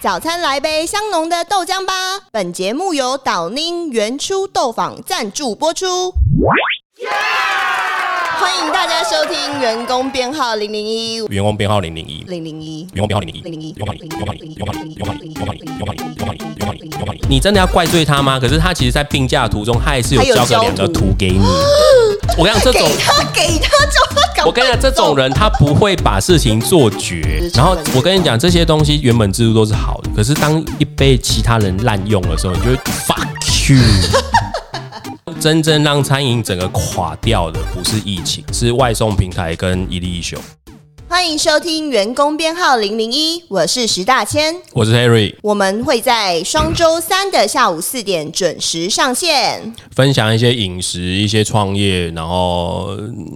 早餐来杯香浓的豆浆吧。本节目由岛ninh原初豆坊赞助播出。欢迎大家收听员工编号零零一员工编号零零一，零零一员工编号零零一，零零一员工零零一，员工零零一，员工零零一，员工零零一，员工零零一，员工零零一，员工零零一，员工零零一。你真的要怪罪他吗？可是他其实，在病假的途中，他还是有他有交交个两个图图给你。 我跟你讲，这种给他给他就要搞。我跟你讲，这种人他不会把事情做绝。然后我跟你讲，这些东西原本制度都是好的，可是当一被其他人滥用的时候，你就会 fuck you。真正让餐饮整个垮掉的不是疫情，是外送平台跟一粒一休。欢迎收听员工编号零零一，我是石大千。我是 Harry，我们会在双周三的下午四点准时上线，分享一些饮食、一些创业，然后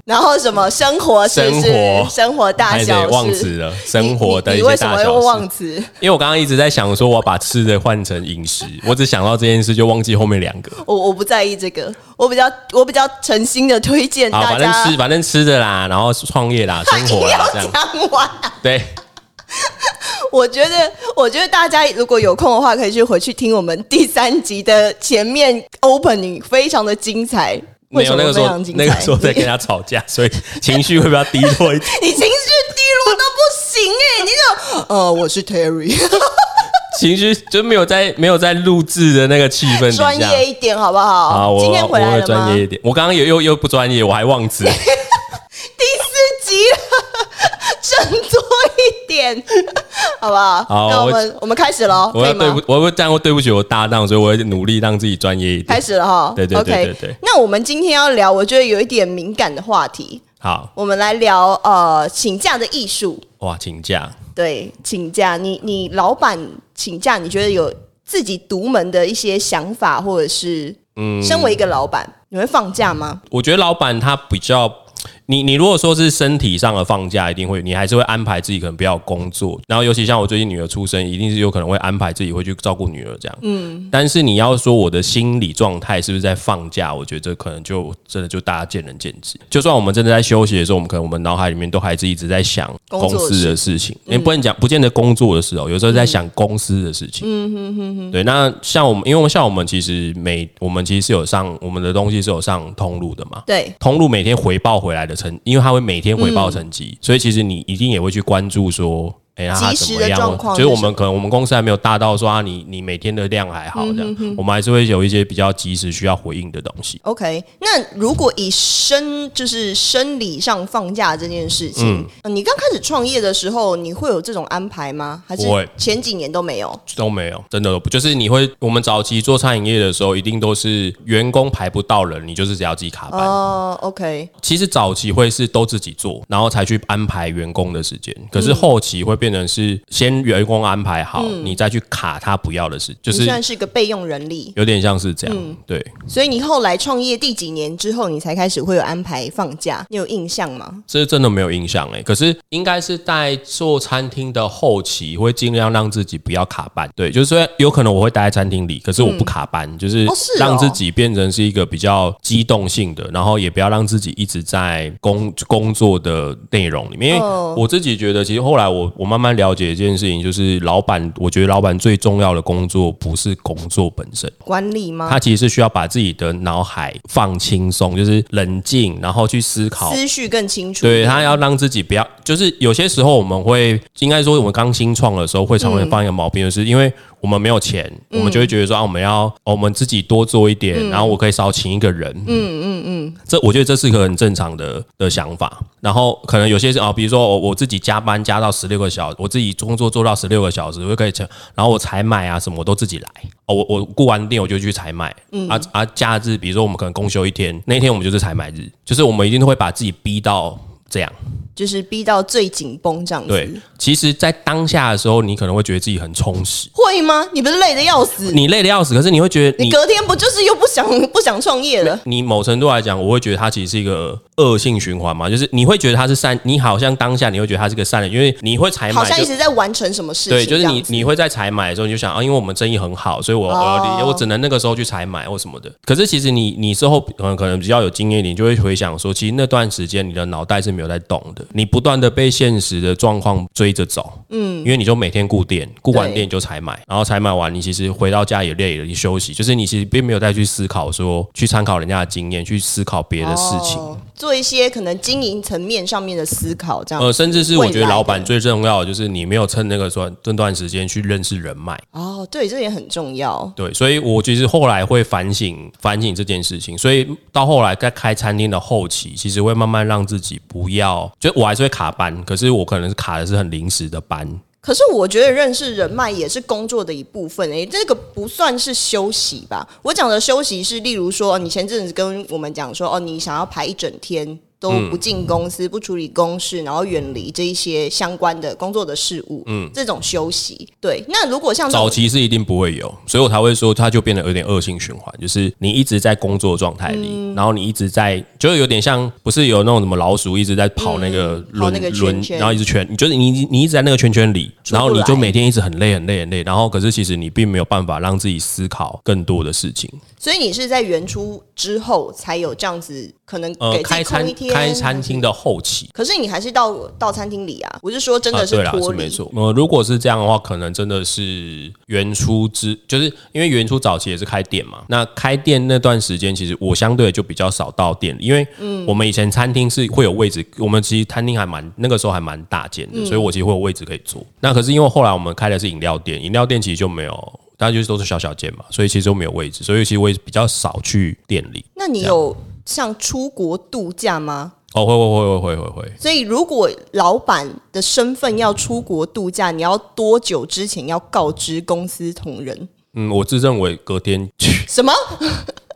然后什么生活是不是生活生活大还得小事忘词啊了生活的你一你你为些什么大会小事忘。词？因为我刚刚一直在想说，我要把吃的换成饮食，我只想到这件事就忘记后 面两个。我我不在意这个，我比较我比较诚心的推荐好，大反正家吃，反正吃的啦，然后创业啦，生活啦，这样讲完。对。我觉得，我觉得大家如果有空的话，可以去回去听我们第三集的前面 opening，非常的精彩。没为什有么那个时非候常，精彩？那个时候在跟他吵架，所以 情绪会比较低落 一点。你情绪低落到不行哎、你就呃，我是 Terry，情绪就没有在没有在录制的那个气氛底下。专业一点好不好？好，我今天回我来会了吗专？业一点。我刚刚又又又不专业，我还忘词。第四集了， 振作一点， 好不好？好那我我们我们开始喽，哦可我以要对吗不？，我会这样会对不起我搭档，所以我会努力让自己专业一开点。始了哈，对对对 OK 对对那我们今天要聊，我觉得有一点敏感的话题，好，我们来聊呃，请假的艺术。哇，请假。对，请假，你你老板请假，你觉得有自己独门的一些想法，或者是，嗯，身为一个老板，你会放假吗？我觉得老板他比较，你你如果说是身体上的放假，一定会，你还是会安排自己可能不要工作，然后尤其像我最近女儿出生，一定是有可能会安排自己会去照顾女儿这样。嗯，但是你要说我的心理状态是不是在放假，我觉得这可能就真的就大家见仁见智。就算我们真的在休息的时候，我们可能我们脑海里面都还是一直在想工公作的嗯司的事情，也不能讲不见得工作的事哦，有时候在想公司的事情。嗯对，那像我们，因为像我们其实每我们其实是有上我们的东西是有上通路的嘛，对，通路每天回报回来的成，因为它会每天回报成绩，所以其实你一定也会去关注说，哎、呀，它及怎嗯时么的样？状况就是是我什们可能我们公司还没有大到说啊，你你每天的量还好嗯这样，我们还是会有一些比较及时需要回应的东西。 OK，那如果以生就是生理上放假这件事嗯情，呃你刚开始创业的时候，你会有这种安排吗？还是不会前几年都没有？都没有，真的都不就是你会，我们早期做餐饮业的时候，一定都是员工排不到人，你就是只要自己卡班。哦、o k 其实早期会是都自己做，然后才去安排员工的时间。嗯可是后期会变成是先员工安排好，你再去卡他不要的事，就嗯你是算是个备用人力，有点像是这样。嗯对，所以你后来创业第几年之后，你才开始会有安排放假？你有印象吗？这真的没有印象哎、可是应该是在做餐厅的后期，会尽量让自己不要卡班。对，就是说有可能我会待在餐厅里，可是我不卡班，就是嗯哦是哦让自己变成是一个比较机动性的，然后也不要让自己一直在工工作的内容里面。因为哦我自己觉得，其实后来我我慢慢了解一件事情，就是老板，我觉得老板最重要的工作不是工作本身，管理吗？他其实是需要把自己的脑海放轻松，就是冷静，然后去思考思绪更清楚。对他要让自己不要，就是有些时候我们会，应该说我们刚新创的时候会常会犯一个毛病，就是因为我们没有钱，我们就会觉得说啊，我们要、哦我们自己多做一点，然后我可以少请一个人。嗯嗯嗯，这我觉得这是一个很正常的的想法。然后可能有些是啊，比如说我我自己加班加到十六个小时，我自己工作做到十六个小时，我就可以成，然后我采买啊什么我都自己来。哦，我我雇完店我就去采买，啊啊，假日比如说我们可能公休一天，那一天我们就是采买日，就是我们一定都会把自己逼到这样。就是逼到最紧绷这样子。对，其实，在当下的时候，你可能会觉得自己很充实，会吗？你不是累得要死？你累得要死，可是你会觉得你你。隔天不就是又不想不想创业了？你某程度来讲，我会觉得它其实是一个恶性循环嘛，就是你会觉得它是善，你好像当下你会觉得它是个善的，因为你会采好买像就一直在完成什么事情。对，就是这你样子你会在采买的时候你就想啊，因为我们生意很好，所以我、哦我我只能那个时候去采买或什么的。可是其实你你之后可能可能比较有经验一点，你就会回想说，其实那段时间你的脑袋是没有在动的，你不断的被现实的状况追着走，嗯，因为你就每天顾店，顾完对店就采买，然后采买完，你其实回到家也累了，你休息，就是你其实并没有再去思考说去参考人家的经验，去思考别的事情。哦，做一些可能经营层面上面的思考，这样呃，甚至是我觉未得来的老板最重要的就是你没有趁那个段这段时间去认识人脉，哦，对，这也很重要。对，所以我其实后来会反省反省这件事情，所以到后来在开餐厅的后期，其实会慢慢让自己不要，就我还是会卡班，可是我可能是卡的是很临时的班，可是我觉得认识人脉也是工作的一部分诶、这个不算是休息吧？我讲的休息是，例如说，哦你前阵子跟我们讲说，哦，你想要排一整天都嗯不进公司、不处理公事，然后远离这一些相关的工作的事物，嗯，这种休息。对，那如果像这种早期是一定不会有，所以我才会说它就变得有点恶性循环，就是你一直在工作状态里，嗯然后你一直在，就有点像不是有那种什么老鼠一直在跑那个嗯跑轮那个圈轮，圈然后一直圈，你就是你你一直在那个圈圈里，不然后你就来每天一直很累很累很累，然后可是其实你并没有办法让自己思考更多的事情。所以你是在原初之后才有这样子，可能呃，给自开己餐空一天。开餐厅的后期。可是你还是到到餐厅里啊！我是说，真的啊，是对啦，脱是离、没错。呃，如果是这样的话，可能真的是原初之，就是因为原初早期也是开店嘛。那开店那段时间，其实我相对就比较少到店里，因为嗯我们以前餐厅是会有位置，我们其实餐厅还蛮那个时候还蛮大间嗯的，所以我其实会有位置可以坐。那可是因为后来我们开的是饮料店，饮料店其实就没有。大家就是都是小小间嘛，所以其实都没有位置，所以其实我也比较少去店里。那你有像出国度假吗？哦，会会会会会会会，所以如果老板的身份要出国度假，你要多久之前要告知公司同仁？嗯，我自认为隔天去，什么？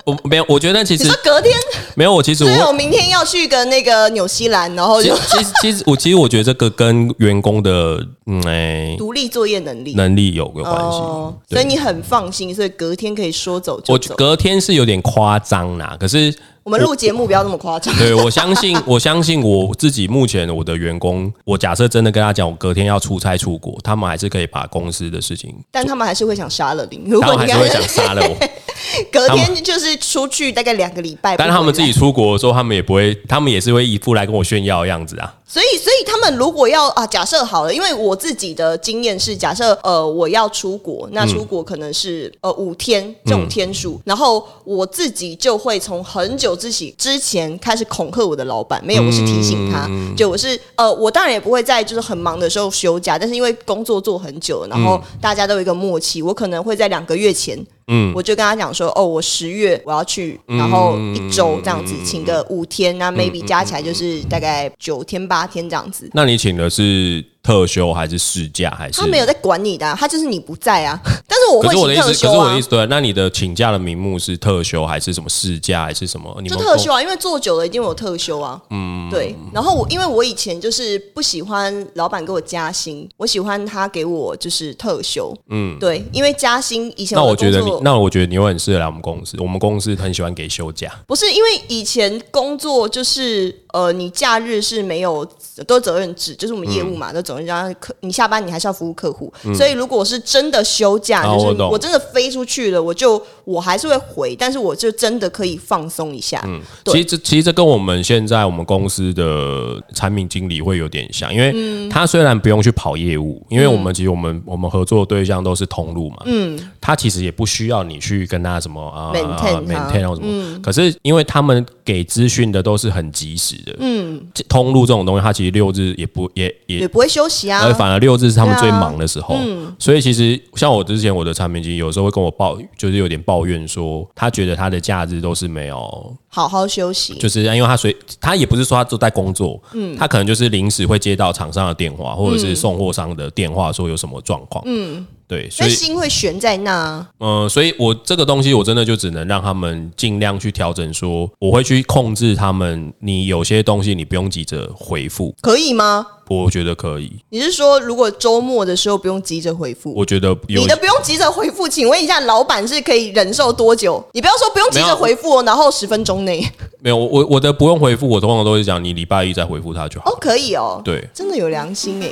我没有，我觉得其你实说隔天？没有，我其实所以我我明天要去个那个纽西兰，然后其就实 其实其实我其实我觉得这个跟员工的嗯哎、独立作业能力能力有个关系。哦，所对以你很放心，所以隔天可以说走就我走。隔天是有点夸张啦，可是我们录节目不要那么夸张。对我相信，我相信我自己目前我的员工，我假设真的跟他讲，我隔天要出差出国，他们还是可以把公司的事情，但他们还是会想杀了你。如他果们你还是会想杀了我。 隔他天就是出去大概两个礼拜，但他们自己不回来，出国的时候，他们也不会，他们也是会一副来跟我炫耀的样子啊。所以所以他们如果要啊，假设好了，因为我自己的经验是，假设呃我要出国，那出国可能是、呃五天这种天数，然后我自己就会从很久之前之前开始恐吓我的老板，没有，我是提醒他，就我是呃我当然也不会在就是很忙的时候休假，但是因为工作做很久，然后大家都有一个默契，我可能会在两个月前。嗯我就跟他讲说，哦，我十月我要去，然后一周这样子，请个五天，嗯那 maybe 加起来就是大概九天八天这样子。那你请的是特休还是事假还是？他没有在管你的、啊，他就是你不在 啊。但是我可会是我的请意思，特可是休我的啊意，思，对，那你的请假的名目是特休还是什么事假还是什么？你就们特休啊，因为做久了一定有特休啊。嗯，对。然后我因为我以前就是不喜欢老板给我加薪，我喜欢他给我就是特休。嗯，对，因为加薪以前那我我的觉得工你作，那我觉得你会很适合来我们公司。我们公司很喜欢给休假，不是因为以前工作就是呃，你假日是没有都责任制，就是我们嗯业务嘛，都责任让客你下班你还是要服务客户，所以如果是真的休假，就啊嗯我是懂我真的飞出去了，我就我还是会回，但是我就真的可以放松一下。对其实这其实这跟我们现在我们公司的产品经理会有点像，因嗯为他虽然不用去跑业务，因为我们其实我们我们合作的对象都是通路嘛，嗯，他其实也不需要你去跟他什么啊 Maintain 他嗯 maintain 或什么，可是因为他们给资讯的都是很及时的，嗯，通路这种东西，他其实六日也不也也也不会休息啊而，反而六日是他们对啊嗯最忙的时候，所以其实像我之前我的产品经理有时候会跟我抱，就是有点抱怨说，他觉得他的假日都是没有，好好休息。就是因为他随他也不是说他都在工作，嗯他可能就是临时会接到厂商的电话，或者是送货商的电话说有什么状况，嗯，对，所那以心会悬在那啊，嗯、呃所以我这个东西我真的就只能让他们尽量去调整说我会去控制他们，你有些东西你不用急着回复，可以吗？我觉得可以，你是说如果周末的时候不用急着回复？我觉得有你的不用急着回复，请问一下，老板是可以忍受多久？你不要说不用急没有着回复哦，然后十分钟内没有，我我我的不用回复，我通常都会讲你礼拜一再回复他就好。哦，可以哦，对，真的有良心哎。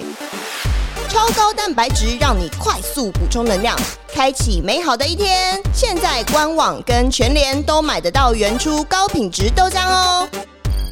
超高蛋白质让你快速补充能量，开启美好的一天。现在官网跟全联都买得到原初高品质豆浆哦。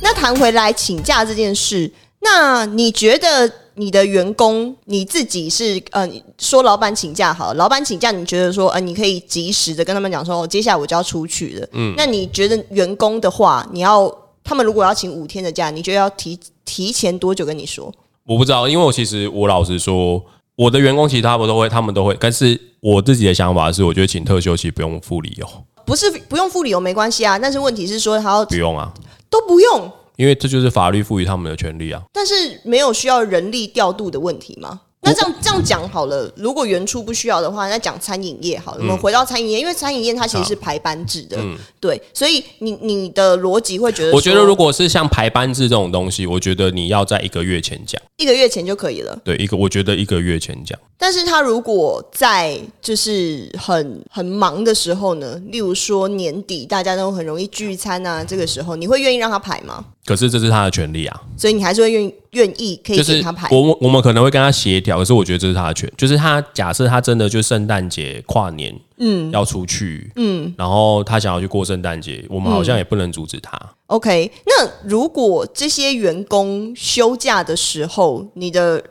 那谈回来请假这件事，那你觉得你的员工你自己是呃，你说老板请假好了，老板请假，你觉得说呃，你可以及时的跟他们讲说，哦，接下来我就要出去了。嗯，那你觉得员工的话，你要他们如果要请五天的假，你觉得要提提前多久跟你说？我不知道，因为我其实我老实说，我的员工其实他们都会，他们都会，但是我自己的想法是，我觉得请特休其实不用付理由，不是不用付理由没关系啊，但是问题是说他要不用啊，都不用，因为这就是法律赋予他们的权利啊。但是没有需要人力调度的问题吗？那这样这样讲好了，如果原初不需要的话，那讲餐饮业好了。我嗯们回到餐饮业，因为餐饮业它其实是排班制的，对，所以你你的逻辑会觉得说，我觉得如果是像排班制这种东西，我觉得你要在一个月前讲，一个月前就可以了，对，一个我觉得一个月前讲，但是他如果在就是很很忙的时候呢，例如说年底大家都很容易聚餐啊，这个时候你会愿意让他排吗？可是这是他的权利啊，所以你还是会愿愿意可以就是给他排，我们我们可能会跟他协调，可是我觉得这是他的权，就是他假设他真的就圣诞节跨年，嗯，要出去，嗯，然后他想要去过圣诞节，我们好像也不能阻止他。 OK，那如果这些员工休假的时候，你的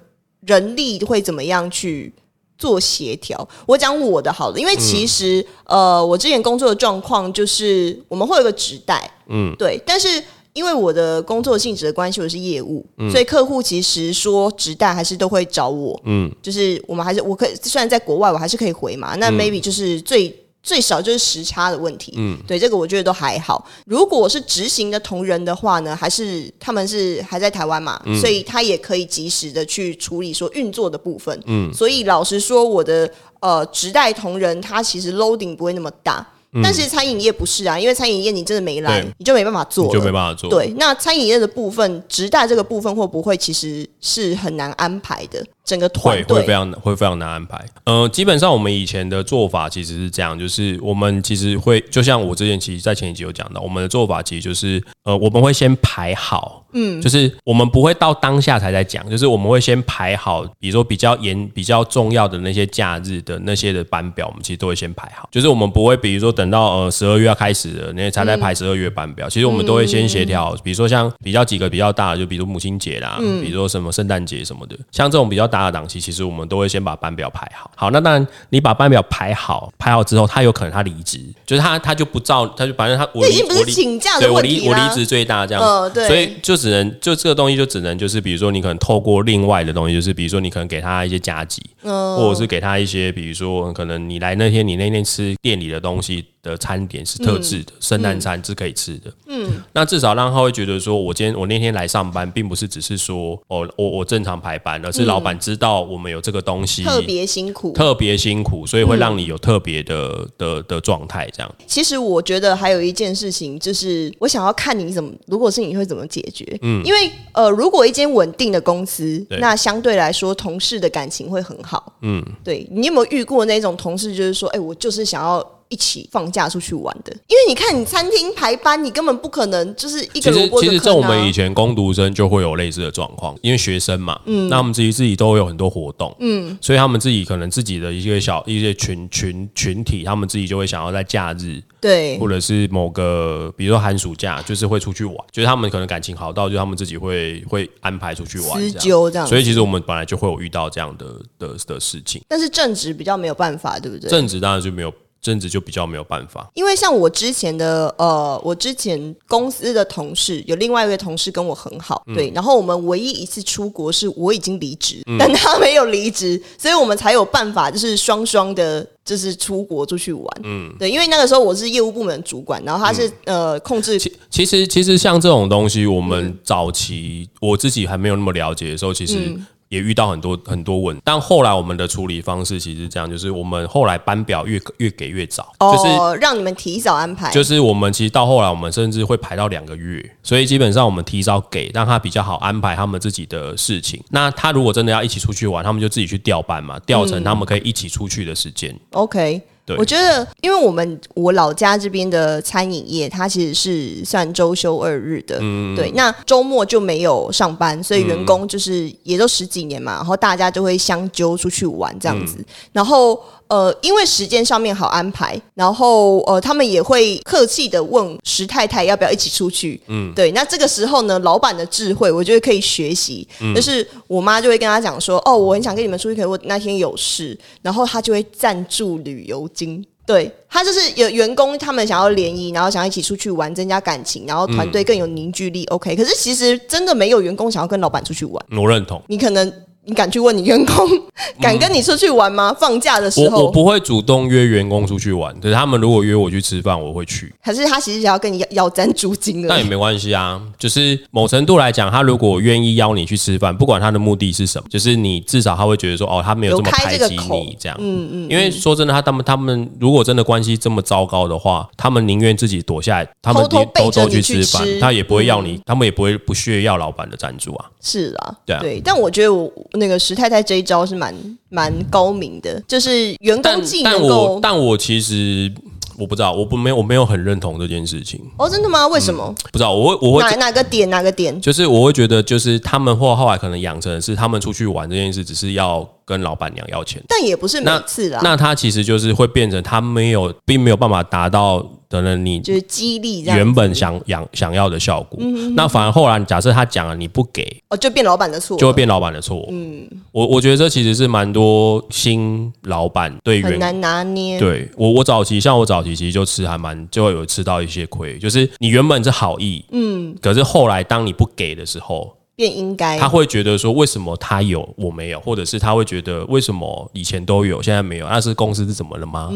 人力会怎么样去做协调？我讲我的好了，因为其实、呃，我之前工作的状况就是我们会有个指代，嗯，对，但是。因为我的工作性质的关系，我是业务，所以客户其实说直代还是都会找我，嗯，就是我们还是我可以虽然在国外，我还是可以回嘛，那 maybe 就是最最少就是时差的问题，嗯，对，这个我觉得都还好。如果是执行的同仁的话呢，还是他们是还在台湾嘛，所以他也可以及时的去处理说运作的部分，嗯，所以老实说，我的呃直代同仁他其实 loading 不会那么大。但是餐饮业不是啊，因为餐饮业你真的没来对，你就没办法做了，你就没办法做。对，那餐饮业的部分，直带这个部分会不会其实是很难安排的？整个团会会非队，常会非常难安排。呃，基本上我们以前的做法其实是这样，就是我们其实会就像我之前其实，在前一集有讲到，我们的做法其实就是呃，我们会先排好，嗯，就是我们不会到当下才在讲，就是我们会先排好，比如说比较严、比较重要的那些假日的那些的班表，我们其实都会先排好，就是我们不会比如说等到呃十二月要开始了，那才在嗯排十二月班表，其实我们都会先协调，比如说像比较几个比较大的，就比如母亲节啦，嗯比如说什么圣诞节什么的，像这种比较大的档期，其实我们都会先把班表排好。好，那当然你把班表排好，排好之后，他有可能他离职，就是他他就不照，他就反正他我这离已经不我是离请假对的我问离题我啦。离职最大这样，呃对所以就只能就这个东西就只能就是比如说你可能透过另外的东西，就是比如说你可能给他一些加急，嗯或者是给他一些比如说可能你来那天你那天吃店里的东西的餐点是特制嗯的，圣诞餐是可以吃的，嗯，那至少让他会觉得说我今天我那天来上班，并不是只是说哦我我正常排班，而是老板知道我们有这个东西。嗯特别嗯辛苦。特别辛苦，所以会让你有特别的、的的状态，这样其实我觉得还有一件事情，就是我想要看你怎么，如果是你会怎么解决？嗯，因为呃，如果一间稳定的公司对，那相对来说同事的感情会很好。嗯，对你有没有遇过那种同事，就是说，哎、我就是想要。一起放假出去玩的，因为你看你餐厅排班，你根本不可能就是一个其萝实卜一其个实这坑我啊。们以前攻读生就会有类似的状况，因为学生嘛，嗯，那他们自己自己都会有很多活动，嗯，所以他们自己可能自己的一些小一些群群群体，他们自己就会想要在假日对或者是某个，比如说寒暑假，就是会出去玩，就是他们可能感情好到，就他们自己会会安排出去玩私这样。纠这样，所以其实我们本来就会有遇到这样的的的事情，但是正职比较没有办法，对不对？正职当然就没有，正职就比较没有办法。因为像我之前的呃，我之前公司的同事有另外一位同事跟我很好，嗯对，然后我们唯一一次出国是我已经离职，嗯但他没有离职，所以我们才有办法就是双双的，就是出国出去玩，嗯，对，因为那个时候我是业务部门的主管，然后他是、呃控制嗯其其实其实像这种东西，我嗯们早期、我自己还没有那么了解的时候，其实嗯也遇到很多很多问题。但后来我们的处理方式其实是这样，就是我们后来班表越越给越早，就是哦，让你们提早安排，就是我们其实到后来，我们甚至会排到两个月，所以基本上我们提早给，让他比较好安排他们自己的事情。那他如果真的要一起出去玩，他们就自己去调班嘛，调嗯成他们可以一起出去的时间。 OK，对我觉得，因为我们我老家这边的餐饮业，它其实是算周休二日的，对。那周末就没有上班，所以员工就是也都十几年嘛，然后大家就会相揪出去玩这样子。然后呃，因为时间上面好安排，然后呃，他们也会客气的问石太太要不要一起出去。嗯，对。那这个时候呢，老板的智慧，我觉得可以学习。嗯就是我妈就会跟他讲说：“哦，我很想跟你们出去，可是我那天有事。”然后他就会赞助旅游金。对他就是有员工，他们想要联谊，然后想要一起出去玩，增加感情，然后团队更有凝聚力。OK，可是其实真的没有员工想要跟老板出去玩。我认同。你可能你敢去问你员工， 敢跟你出去玩吗？放假的时嗯我我候，不会主动约员工出去玩，可是他们如果约我去吃饭，我会去，还是他其实想要跟你要要赞助金那而也已。没关系啊。就是某程度来讲，他如果愿意邀你去吃饭，不管他的目的是什么，就是你至少他会觉得说，哦，他没有这么有开排这个挤口你这样。嗯嗯。因为说真的，他他们他们如果真的关系这么糟糕的话，他们宁愿自己躲下来，他们偷偷宁背偷着偷你去去吃饭吃，嗯他也不会要你，他们也不会不屑要老板的赞助啊。是啦，对啊但我觉得我那个石太太这一招是蛮蛮高明的，就是员但工既但能我够但我其实我不知道，我不没有我没有很认同这件事情，哦，真的吗？为什么？不知道我嗯会我会哪哪个点？哪个点？就是我会觉得，就是他们或后来可能养成的是，他们出去玩这件事只是要跟老板娘要钱。但也不是每那次啦，那他其实就是会变成他没有，并没有办法达到可能你就是激励这样，嗯原本想想想要的效果。那反而后来假设他讲了你不给，哦，就变老板的错了，就会变老板的错。嗯，我我觉得这其实是蛮多新老板对员很工难拿捏。对我，我早期像我早期其实就吃还蛮就会有吃到一些亏，就是你原本是好意，嗯，可是后来当你不给的时候，变应该他会觉得说为什么他有我没有，或者是他会觉得为什么以前都有现在没有，那是公司是怎么了吗？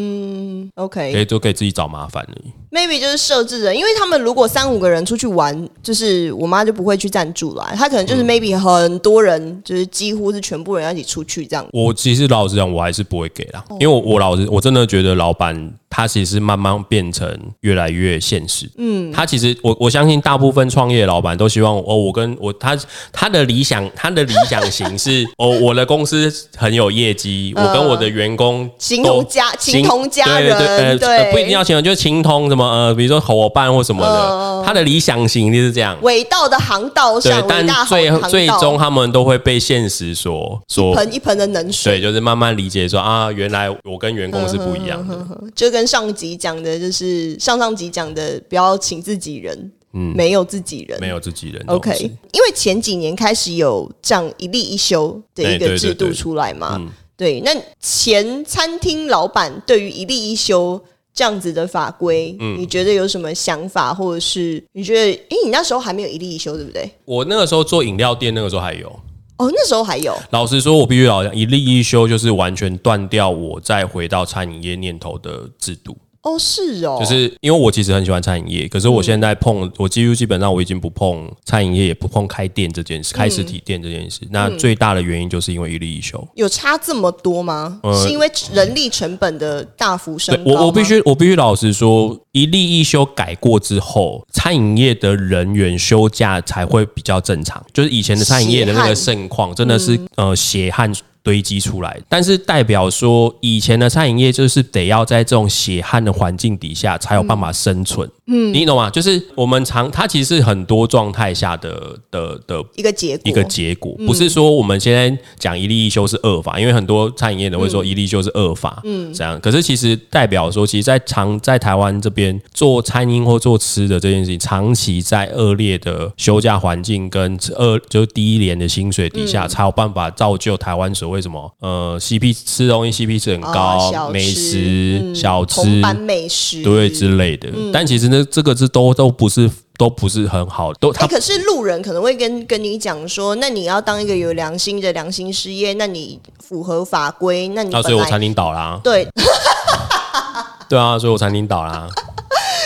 OK，可以就给自己找麻烦了。 maybe 就是设置人，因为他们如果三五个人出去玩，就是我妈就不会去赞助啦，她可能就是嗯 maybe 很多人，就是几乎是全部人要一起出去这样。我其实老实讲，我还是不会给啦，因为我我老实我真的觉得老板他其实慢慢变成越来越现实。嗯，他其实我我相信大部分创业老板都希望哦，我跟我他他的理想他的理想型是 哦，我的公司很有业绩，我跟我的员工都形同家情同家哦对对对人呃呃对不一定要形容，就是情同什么呃，比如说伙伴或什么哦的，他的理想型一定是这样。伟大的航道对上，，伟但大最航道最终他们都会被现实所所喷一盆的冷水，对，就是慢慢理解说啊，原来我跟员工是不一嗯样的。就跟上集讲的，就是上上集讲的，不要请自己人，没有自己人，嗯没有自己人这嗯种 OK，事。因为前几年开始有这样一例一休的一哎对嗯个对制度对出来嘛，对，那前餐厅老板对于一例一休这样子的法规，嗯你觉得有什么想法，或者是你觉得，诶，你那时候还没有一例一休，对不对？我那个时候做饮料店，那个时候还有。哦，那时候还有，老实说，我必须老实讲，一例一休就是完全断掉我再回到餐饮业念头的制度。哦，是哦，就是因为我其实很喜欢餐饮业，可是我现在碰、我几乎基本上我已经不碰餐饮业，也不碰开店这件事，开实体店这件事。那最大的原因就是因为一例一休。有差这么多吗？是因为人力成本的大幅升高呃我我必吗须我必须老实说，一例一休改过之后，餐饮业的人员休假才会比较正常。就是以前的餐饮业的那个盛况，真的是、嗯呃血汗堆积出来的。但是代表说，以前的餐饮业就是得要在这种血汗的环境底下才有办法生存。嗯，你懂吗？就是我们常它其实是很多状态下的的的一个结果，嗯一个结果，不是说我们现在讲一例一休是恶法，因为很多餐饮业的会说一例一休是恶法，嗯，这样。可是其实代表说，其实在长在台湾这边做餐饮或做吃的这件事情，长期在恶劣的休假环境跟恶就是低廉的薪水底嗯下，才有办法造就台湾所谓什么呃 CP 吃东西 CP 值很哦高，小吃嗯美食、小同吃班嗯美食哎对之类的。但其实呢，这个是都都不是都不是很好，都哎、它可是路人可能会跟跟你讲说，那你要当一个有良心的良心事业，那你符合法规，那你啊，本所以我来、餐厅倒啦。对，对啊，所以我餐厅倒啦。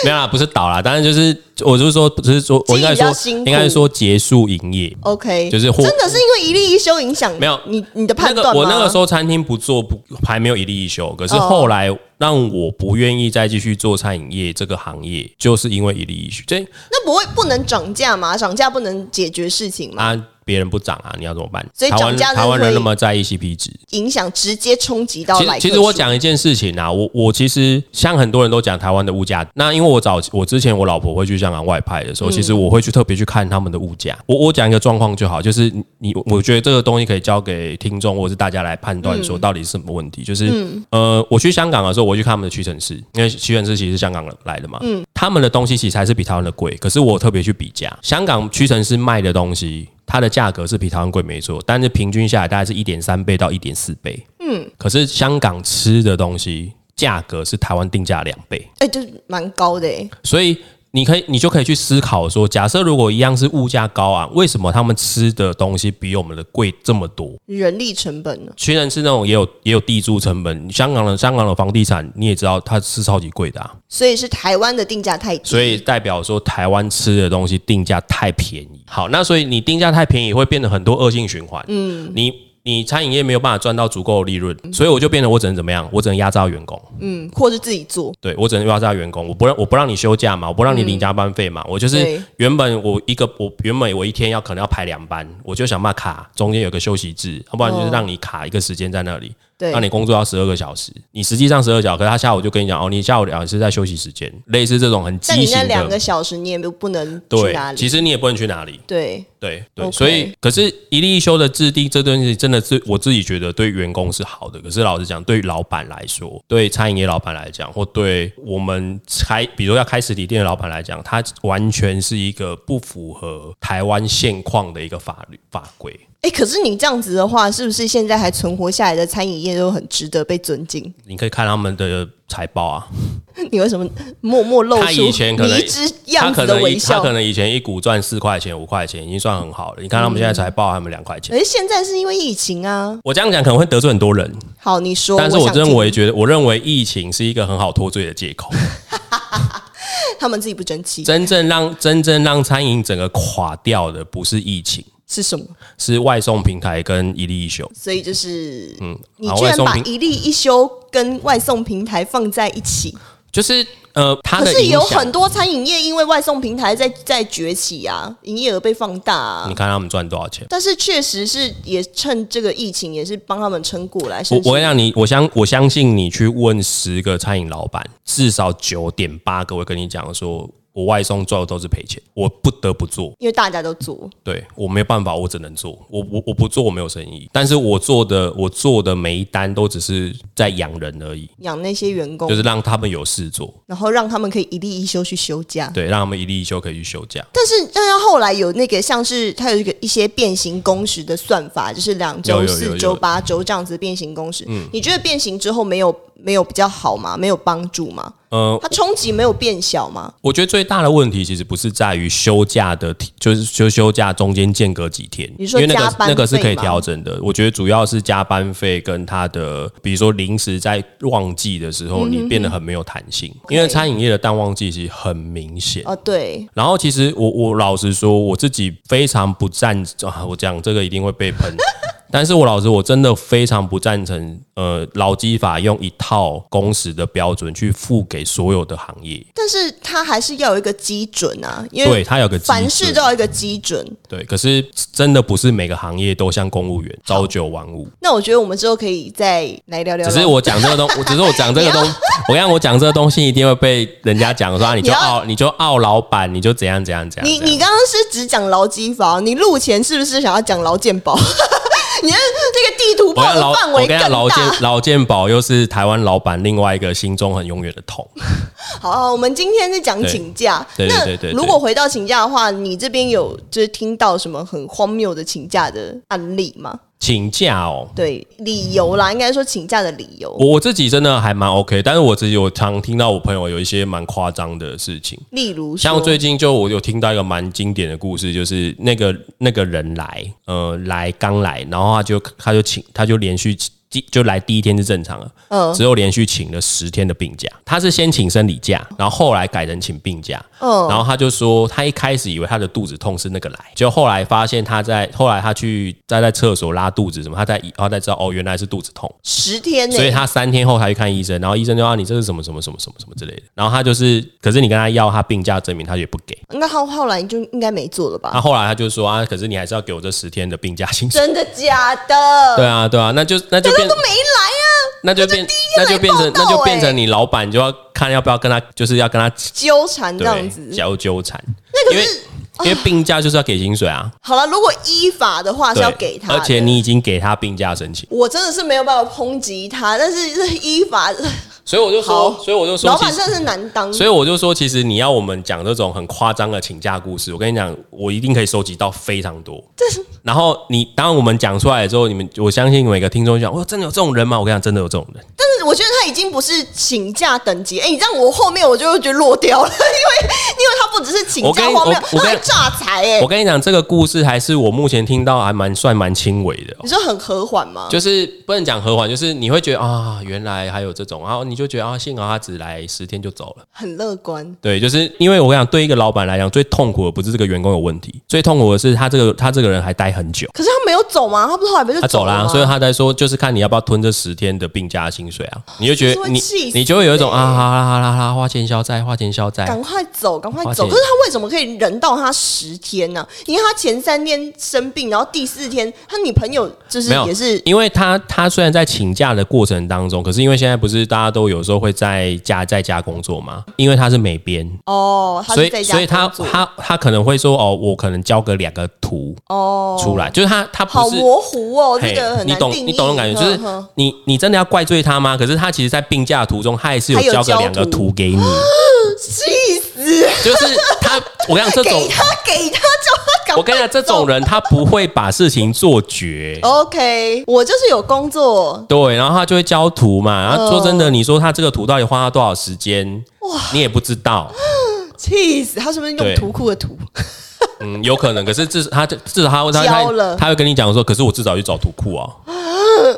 没有啦，不是倒啦，当然就是，我就是说，不是说，我应该经营比较说辛，苦应该说结束营业。 OK， 就是或真的是因为一例一休影响没有你你的那判个断吗？哦我那个时候餐厅不做不还没有一例一休，可是后来让我不愿意再继续做餐饮业这个行业，就是因为一例一休，这那不会不能涨价吗？涨价不能解决事情吗？啊别人不涨啊，你要怎么办？嗯所以台湾涨价就是台湾人会那么在意 CP 值，影响直接冲击到其实来客其实我数讲一件事情啊，我我其实像很多人都讲台湾的物价，那因为我早我之前我老婆会去香港外派的嗯时候，其实我会去特别去看他们的物价。我我讲一个状况就好，就是你你我觉得这个东西可以交给听众或者是大家来判断嗯说到底是什么问题。就是、呃，我去香港的时候，我去看他们的屈臣氏，因为屈臣氏其实是香港来的嘛，嗯他们的东西其实还是比台湾的贵，可是我特别去比价，香港屈臣氏卖的东西。它的价格是比台湾贵没错，但是平均下来大概是一点三倍到一点四倍。可是香港吃的东西价格是台湾定价两倍，哎、就是蛮高的、欸，所以你可以你就可以去思考说，假设如果一样是物价高昂，为什么他们吃的东西比我们的贵这么多？人力成本呢？屈臣氏那种也有也有地租成本，香港的香港的房地产你也知道它是超级贵的、啊，所以是台湾的定价太低，所以代表说台湾吃的东西定价太便宜。好，那所以你定价太便宜会变得很多恶性循环，嗯，你。你餐饮业没有办法赚到足够的利润，所以我就变得我只能怎么样？我只能压榨员工。嗯，或是自己做，对我只能压榨员工，我不让我不让你休假嘛，我不让你领加班费嘛，我就是嗯对原本我一个我原本我一天要可能要排两班，我就想办法卡中间有个休息制，要不然就是哦让你卡一个时间在那里，对让你工作要十二个小时，你实际上十二小时，可是他下午就跟你讲哦，你下午两是在休息时间，类似这种很但畸你形那两个的。小时你也不不能去对哪，其里，实你也不能去哪里，对，对对 OK 所以可是一例一休的制定这东西，真的是我自己觉得对员工是好的。可是老实讲，对于老板来说，对餐饮业老板来讲，或对我们开，比如说要开实体店的老板来讲，它完全是一个不符合台湾现况的一个法律法规。哎、可是你这样子的话，是不是现在还存活下来的餐饮业都很值得被尊敬？ 你可以看他们的财报啊，你为什么默默露他出以前可能迷之他样可子的能以微他笑可？能以前一股赚四块钱、五块钱，已经算很好了。你看他们现在嗯财报，他们两块可钱。是现在是因为疫情啊。我这样讲可能会得罪很多人，好，你说，但是我我想认听为觉得，我认为疫情是一个很好脱罪的借口。他们自己不争气真正让真正让餐饮整个垮掉的，不是疫情，是什么？是外送平台跟一粒一休。所以就是，你嗯好居外然送把平一例一休跟外送平台放在一起，就是呃，它可的是影有响很，多餐饮业因为外送平台在在崛起啊，营业额被放大、啊你。看他们赚多少钱。但是确实是也趁这个疫情，也是帮他们撑过来。我甚至我跟你讲，你我相我相信你去问十个餐饮老板，至少九点八个会跟你讲说，我外送做的都是赔钱，我不得不做。因为大家都做，对我没有办法，我只能做，我我我不做我没有生意。但是我做的我做的每一单都只是在养人而已，养那些员工，就是让他们有事做，然后让他们可以一例一休去休假。对，让他们一例一休可以去休假。但是，但是后来有那个像是它有一个一些变形工时的算法，就是两有周、有有有嗯四周、八周这样子变形工时。你觉得变形之后没有没有比较好吗？没有帮助吗？呃，它冲击没有变小吗？我觉得最大的问题其实不是在于休假的体，就是休休假中间间隔几天，你说因为那加个班那个是可费以吗调整的。我觉得主要是加班费跟他的，比如说临时在旺季的嗯时候，你变得很没有弹性，因为 OK 餐饮业的淡旺季其实很明显。哦，嗯对，然后其实我我老实说，我自己非常不赞啊，我讲这个一定会被喷。 但是我老实，我真的非常不赞成，呃，劳基法用一套工时的标准去付给所有的行业，但是它还是要有一个基准啊，因对为它有个基凡准事都要有一个基准。对。可是真的不是每个行业都像公务员朝九晚五，那我觉得我们之后可以再来聊聊。只是我讲这个东，我只是我讲这个东，我跟你讲我讲这个东西一定会被人家讲说啊，你就你要傲，你就傲老板，你就怎样怎样怎样。你怎样你刚刚是只讲劳基法，你录前是不是想要讲劳健保？ 你的这个地图我炮跟的劳，范我围跟你更讲劳健大。劳健保又是台湾老板另外一个心中很永远的痛。好好，我们今天是讲请假。对对对对对那如果回到请假的话，你这边有就是听到什么很荒谬的请假的案例吗？请假哦，对，理由啦，应该说请假的理由。我我自己真的还蛮 OK，但是我自己有常听到我朋友有一些蛮夸张的事情，例如像说，最近就我有听到一个蛮经典的故事，就是那个那个人来，呃，来刚来，然后他就他就请他就连续第就来第一天是正常的，嗯只有连续请了十天的病假。他是先请生理假，然后后来改成请病假，嗯然后他就说他一开始以为他的肚子痛是那个来，就后来发现他在后来他去在在厕所拉肚子什么，他在然后才知道哦原来是肚子痛，十天呢、所以他三天后才去看医生，然后医生就说、啊、你这是什么什么什么什么什么之类的，然后他就是可是你跟他要他病假证明，他也不给，那他后来就应该没做了吧？那、后来他就说啊可是你还是要给我这十天的病假薪水。真的假的？对啊，对啊，那就那就大家变都没来啊，那就变，那那就就第一变个来成，报道那就欸变成你老板就要看要不要跟他，就是要跟他纠缠这样对子。交纠缠。因为啊因为病假就是要给薪水啊，好了，如果依法的啊话是对，要给他的，而且你已经给他病假申请，我真的是没有办法抨击他，但是这依法，所以我就说好，所以我就说，老其板实。真的是难当。所以我就说，其实你要我们讲这种很夸张的请假故事，我跟你讲，我一定可以收集到非常多。然后你当我们讲出来之后，你们我相信每个听众就讲，哇，真的有这种人吗？我跟你讲，真的有这种人。但是我觉得他已经不是请假等级，哎、你让我后面我就会觉得落掉了，因 为因为他不只是请我跟假你荒谬，我我他跟还诈财哎我。跟你讲，这个故事还是我目前听到还蛮算蛮轻微的哦、你说很和缓吗？就是不能讲和缓，就是你会觉得啊，原来还有这种，然后你就觉得啊，幸好他只来十天就走了。很乐观，对，就是因为我跟你讲，对一个老板来讲，最痛苦的不是这个员工有问题，最痛苦的是他这个他这个人还待很久，可是他没有走吗？他不是后来不就他走了啊啦、吗？所以他在说，就是看你要不要吞这十天的病假薪水啊，你就觉这得会你哦气死你就会有一种欸啊，好啦好啦好啦，花钱消灾，花钱消灾。赶快走，赶快哎花走！钱可是他为什么可以忍到他十天呢、你看他前三天生病，然后第四天他女朋友就是没有，也是因为他他虽然在请假的过程当中，可是因为现在不是大家都有时候会在家在家工作嘛，因为他是美编，哦，他所是以在家所以他工作他他可能会说哦，我可能交个两个图哦出来，就是他他不好是。模糊哦，嘿这个很你难懂定义嗯你懂那种感觉，就是呵呵你你真的要怪罪他吗？可是他其实，在病假的途中，他也是有他有交个交两个图图给你，气死，就是他，我跟你讲这种 给，他给他叫他赶快 我跟你讲这种人，他不会把事情做绝，哦 OK，我就是有工作，对，然后他就会交图嘛。然后哦说真的，你说他这个图到底花了多少时间，你也不知道，气死他是不是用对图库的图？嗯，有可能。可是至少他至少他会他交他了他会跟你讲说，可是我至少去找图 库啊，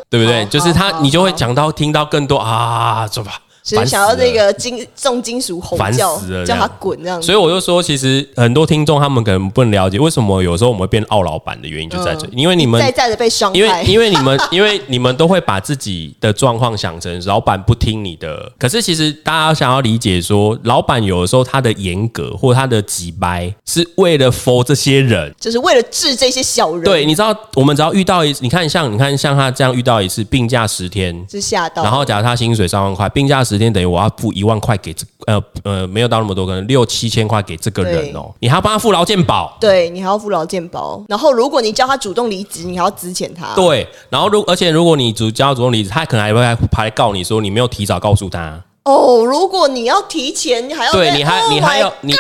对不对？好就是他好，你就会讲到听到更多啊，走吧，只烦是死想要那了。个金重金属吼烦叫死了，叫这他样滚这样子所以。我就说，其实很多听众他们可能不能了解为什么有时候我们会变懊老板的原因就在这里，嗯因为你们再再的被伤因害为，因为你们 因为你们都会把自己的状况想成老板不听你的，可是其实大家想要理解说，老板有的时候他的严格或他的急掰是为了 for 这些人。就是为了治这些小人，对，你知道我们只要遇到一，你看像你看像他这样遇到一次病假十天，是吓到。然后假如他薪水三万块，病假十天等于我要付一万块给这呃呃没有到那么多，可能六七千块给这个人哦，你还要帮他付劳健保。对你还要付劳健保，然后如果你叫他主动离职，你还要资遣他。对，然后如而且如果你主交主动离职，他可能还会来还告你说你没有提早告诉他，哦，如果你要提前，你还要对再你还 Oh 你还 my 要你你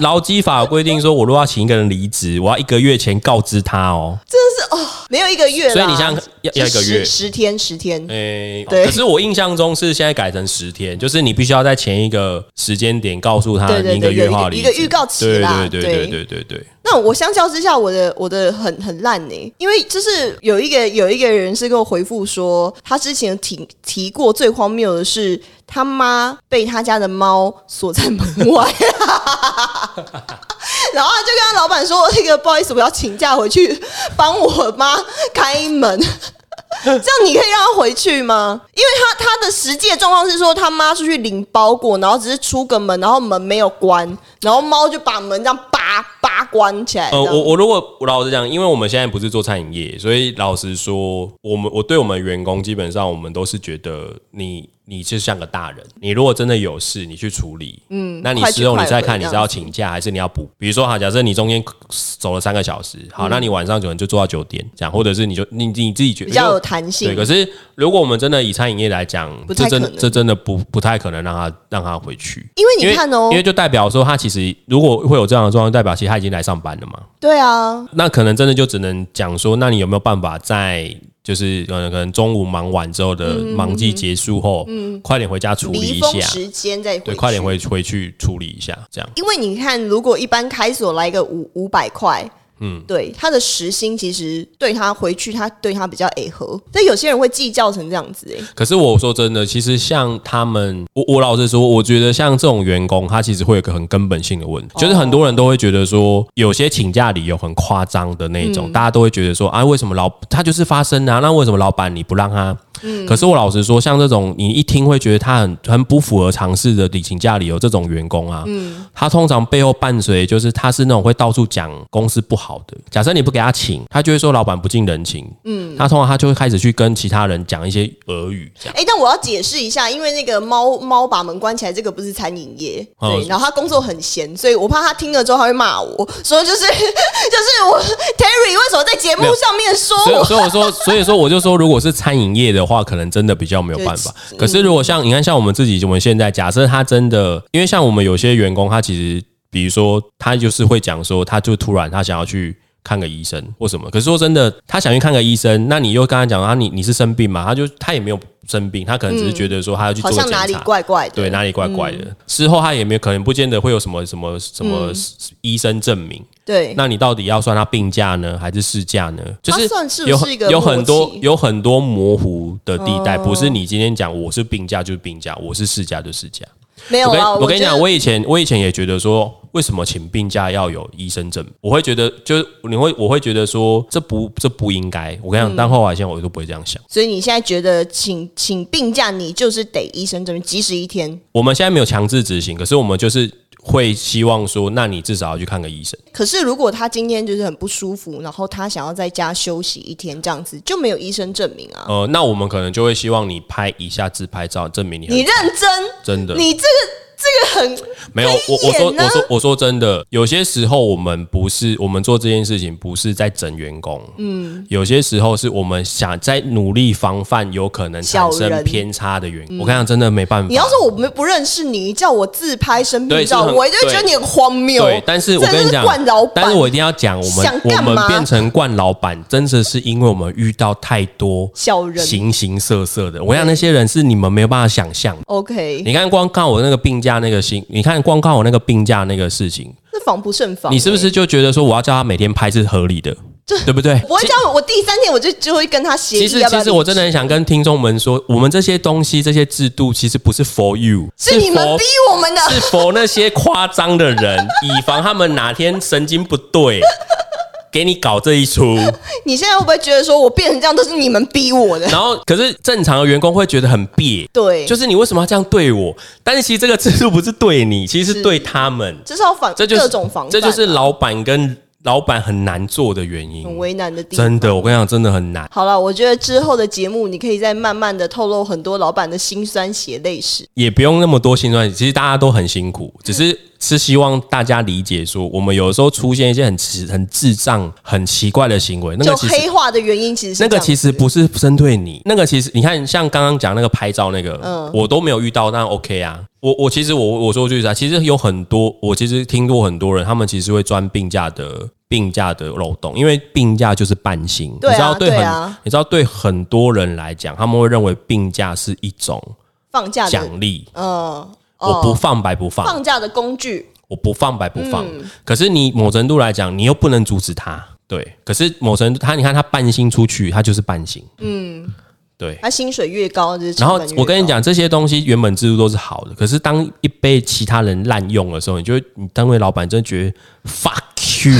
劳基法有规定说，我如果要请一个人离职，我要一个月前告知他哦。真的是哦，没有一个月啦，所以你想想要要一个是月十十天十天，诶、哦对可是我印象中是现在改成十天，就是你必须要在前一个时间点告诉他对对你一个对月有一个后离一个职预告期对啦对对对对对对对。那我相较之下，我的我的很很烂呢、因为就是有一个有一个人是给我回复说，他之前提提过最荒谬的是他妈被他家的猫锁在门外，然后他就跟他老板说：“那个不好意思，我要请假回去帮我妈开门。”这样你可以让他回去吗？因为他他的实际的状况是说，他妈出去领包裹，然后只是出个门，然后门没有关，然后猫就把门这样扒扒关起来。呃，这样我我如果我老实讲，因为我们现在不是做餐饮业，所以老实说，我们我对我们员工基本上我们都是觉得你你就像个大人，你如果真的有事，你去处理，嗯，那你快去事后你快再回看你这是样要请假还是你要补？比如说，好，假设你中间走了三个小时，好，那你晚上可能就做到九点，这样，或者是你就你你自己觉得嗯比较有弹性对，可是如果我们真的以餐饮业来讲，不这太真可能这真的不不太可能让他让他回去。因为你看哦因为就代表说他其实如果会有这样的状况，代表其实他已经来上班了嘛。对啊，那可能真的就只能讲说，那你有没有办法在就是呃可能中午忙完之后的忙季结束后，快点回家处理嗯离一峰下，时间再回对，去快点回回去处理一下，这样。因为你看，如果一般开锁来个五五百块，嗯，对，他的时薪其实对他回去，他对他比较诶合。但有些人会计较成这样子、欸，可是我说真的，其实像他们，我我老实说，我觉得像这种员工，他其实会有一个很根本性的问题，就是很多人都会觉得说，有些请假理由很夸张的那种，大家都会觉得说，啊，为什么老他就是发生啊？那为什么老板你不让他？可是我老实说，像这种你一听会觉得他很很不符合常识的请假理由，这种员工啊，他通常背后伴随就是他是那种会到处讲公司不好的。假设你不给他请，他就会说老板不近人情，嗯，他通常他就会开始去跟其他人讲一些俄语这样。哎、但我要解释一下，因为那个猫猫把门关起来，这个不是餐饮业，哦对。然后他工作很闲，所以我怕他听了之后他会骂我，所以就是 就是我 Terry 为什么在节目上面说所以，我？所以我说，所以说，我就说，如果是餐饮业的话，可能真的比较没有办法。可是，如果像你看，像我们自己，我们现在假设他真的，因为像我们有些员工，他其实，比如说，他就是会讲说，他就突然他想要去看个医生或什么。可是说真的，他想去看个医生，那你又跟他讲啊，你你是生病嘛？他就他也没有生病，他可能只是觉得说他要去嗯做好个像检哪里查。怪怪的，嗯对，哪里怪怪的。事后他也没有，可能不见得会有什么什么什么医生证明。对，那你到底要算他病假呢，还是事假呢？就它是算是不有是一个有很默多契哦有很多模糊的地带，不是你今天讲我是病假就是病假，我是事假就是事假。没有我跟啊。我跟你觉得讲，我以前我以前也觉得说，为什么请病假要有医生证明？我会觉得就是你会我会觉得说这不这不应该。我跟嗯你讲，但后来现在我都不会这样想。所以你现在觉得请请病假，你就是得医生证明，即使一天。我们现在没有强制执行，可是我们就是会希望说，那你至少要去看个医生。可是如果他今天就是很不舒服，然后他想要在家休息一天，这样子就没有医生证明啊。呃，那我们可能就会希望你拍一下自拍照，证明你很你认真，真的。你这个这个很没有，我我说演呢我说我说真的，有些时候我们不是我们做这件事情不是在整员工，嗯，有些时候是我们想在努力防范有可能产小生人嗯偏差的员工。我跟你讲，真的没办法。你要说我们不认识你，叫我自拍生对病照，是很我一定会觉得你很荒谬。对，但是我真的跟你讲是惯老，板但是我一定要讲，我想们我干嘛们变成惯老板，真的是因为我们遇到太多小人形形色色的。我想那些人是你们没有办法想象的。 OK，你看，光看我那个病假那个新，你看光看我那个病假那个事情，这防不胜防、你是不是就觉得说我要叫他每天拍是合理的，对不对欸？不会这样？我第三天我就就会跟他协其议实要不其要实我真的很想跟听众们说，我们这些东西、这些制度，其实不是 for you，是你们 for- 逼我们的。是 for 那些夸张的人，以防他们哪天神经不对， 给你搞这一出。 你现在会不会觉得说我变成这样都是你们逼我的？然后，可是正常的员工会觉得很别，对，就是你为什么要这样对我？但是其实这个制度不是对你，其实是是对他们。这是要防这就是各种防范啊，这就是老板跟老板很难做的原因。很为难的地方。真的，我跟你讲，真的很难。好了，我觉得之后的节目，你可以再慢慢的透露很多老板的辛酸血泪史。也不用那么多辛酸，其实大家都很辛苦，嗯只是是希望大家理解说，我们有的时候出现一些很奇、很智障、很奇怪的行为，那个就其实黑化的原因其实是那这个样其实不是针对你，那个其实你看，像刚刚讲那个拍照那个，嗯我都没有遇到，那 OK 啊。我我其实我我说句实话，其实有很多，我其实听过很多人，他们其实会钻病假的病假的漏洞，因为病假就是半薪，对啊你知道对很对啊你知道对很多人来讲，他们会认为病假是一种放假的，奖励，嗯，我不放白不放，放嗯假的工具，我不放白不放。可是你某程度来讲，你又不能阻止他，对。可是某程度他，你看他半薪出去，他就是半薪，嗯，对。他薪水越高，就是然后成本越我跟你高，讲，这些东西原本制度都是好的，可是当一被其他人滥用的时候，你就会你单位老板真的觉得 fuck you。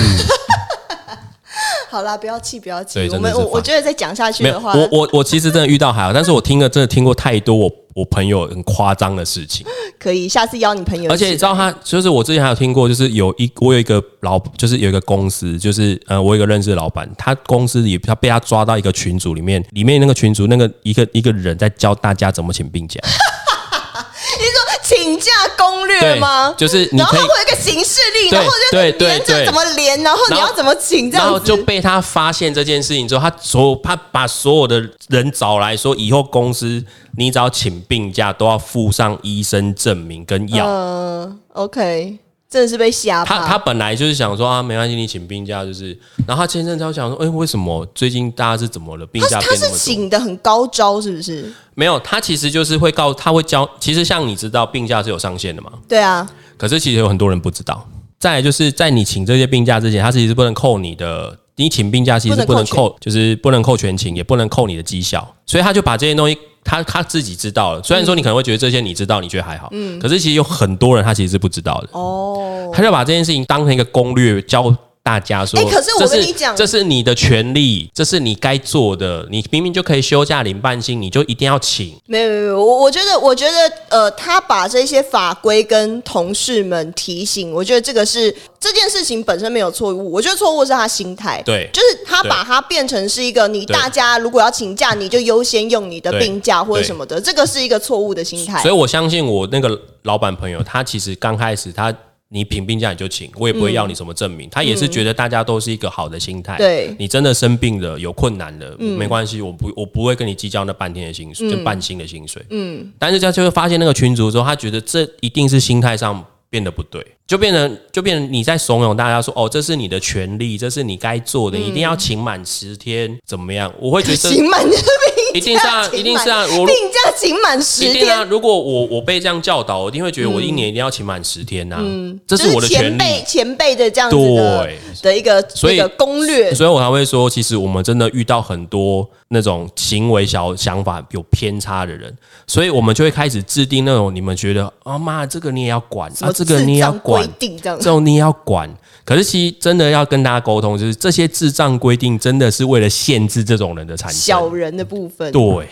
好啦，不要气，不要气对，我真的们是我放我觉得再讲下去没的有，话，我我我其实真的遇到还好，但是我听了真的听过太多我我朋友很夸张的事情。可以下次邀你朋友一起，而且你知道他，就是我之前还有听过，就是有一我有一个老，就是有一个公司，就是呃，我有一个认识的老板，他公司里他被他抓到一个群组里面，里面那个群组那个一个一个人在教大家怎么请病假，你说请假攻略对吗？就是你然后可它以会，有一个形式力，对然后就是对对连着对怎么连，然后你然后要怎么请这然后样就子。被他发现这件事情之后，他所有他把所有的人找来说，以后公司你只要请病假都要附上医生证明跟药。嗯，OK，真的是被吓他怕。他本来就是想说啊，没关系，你请病假就是。然后他前阵子他想说，哎、为什么最近大家是怎么了？病假他变他那是么多？请的很高招，是不是？没有，他其实就是会告，他会教。其实像你知道，病假是有上限的嘛，对啊，可是其实有很多人不知道。再来就是在你请这些病假之前，他其实是不能扣你的，你请病假其实是不能不能扣，就是不能扣全勤，也不能扣你的绩效，所以他就把这些东西。他他自己知道了，虽嗯然说你可能会觉得这些你知道，你觉得还好，可是其实有很多人他其实是不知道的，哦，他就把这件事情当成一个攻略教大家说。欸可是我这跟你讲这是你的权利，这是你该做的，你明明就可以休假领半薪，你就一定要请。没有没有没有，我我觉得我觉得呃，他把这些法规跟同事们提醒，我觉得这个是这件事情本身没有错误，我觉得错误是他心态，对就是他对把它变成是一个你对大家如果要请假，你就优先用你的对病假或者对什么的，这个是一个错误的心态所以。我相信我那个老板朋友，他其实刚开始他。你请病假你就请，我也不会要你什么证明。他也是觉得大家都是一个好的心态。嗯对嗯你真的生病了，有困难了，没关系，我不我不会跟你计较那半天的薪水，就半薪的薪水。嗯，但是他就会发现那个群主之后，他觉得这一定是心态上变得不对，就变成就变成你在怂恿大家说，哦，这是你的权利，这是你该做的，你一定要请满十天，怎么样？我会觉得嗯这请满这病假，一定是啊请满一定 是啊我病假请满十一定啊！天，如果我我被这样教导，我一定会觉得我一年一定要请满十天呐、这嗯就是我的权前利。辈前辈的这样子的对的一个所以一个攻略，所以我才会说，其实我们真的遇到很多那种行为小想法有偏差的人，所以我们就会开始制定那种你们觉得啊妈，这个你也要管什啊，么这个你也要管智障规，定这样这。种你也要管。可是其实真的要跟大家沟通，就是这些智障规定真的是为了限制这种人的产小嗯生。人的部分，对，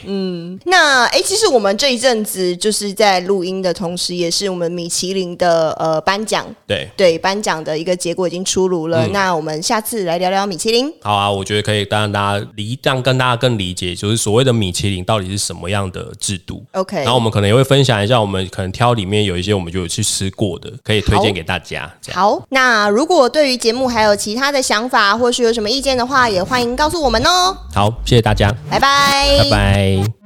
那哎、诶其实我们这一阵子就是在录音的同时，也是我们米其林的呃颁奖，对。对颁奖的一个结果已经出炉了。那我们下次来聊聊米其林。好啊，我觉得可以让大家理，让跟大家更理解，就是所谓的米其林到底是什么样的制度。 OK，然后我们可能也会分享一下，我们可能挑里面有一些我们就有去吃过的，可以推荐给大家。这样，好，那如果对于节目还有其他的想法，或是有什么意见的话，也欢迎告诉我们哦。好，谢谢大家，拜拜，拜拜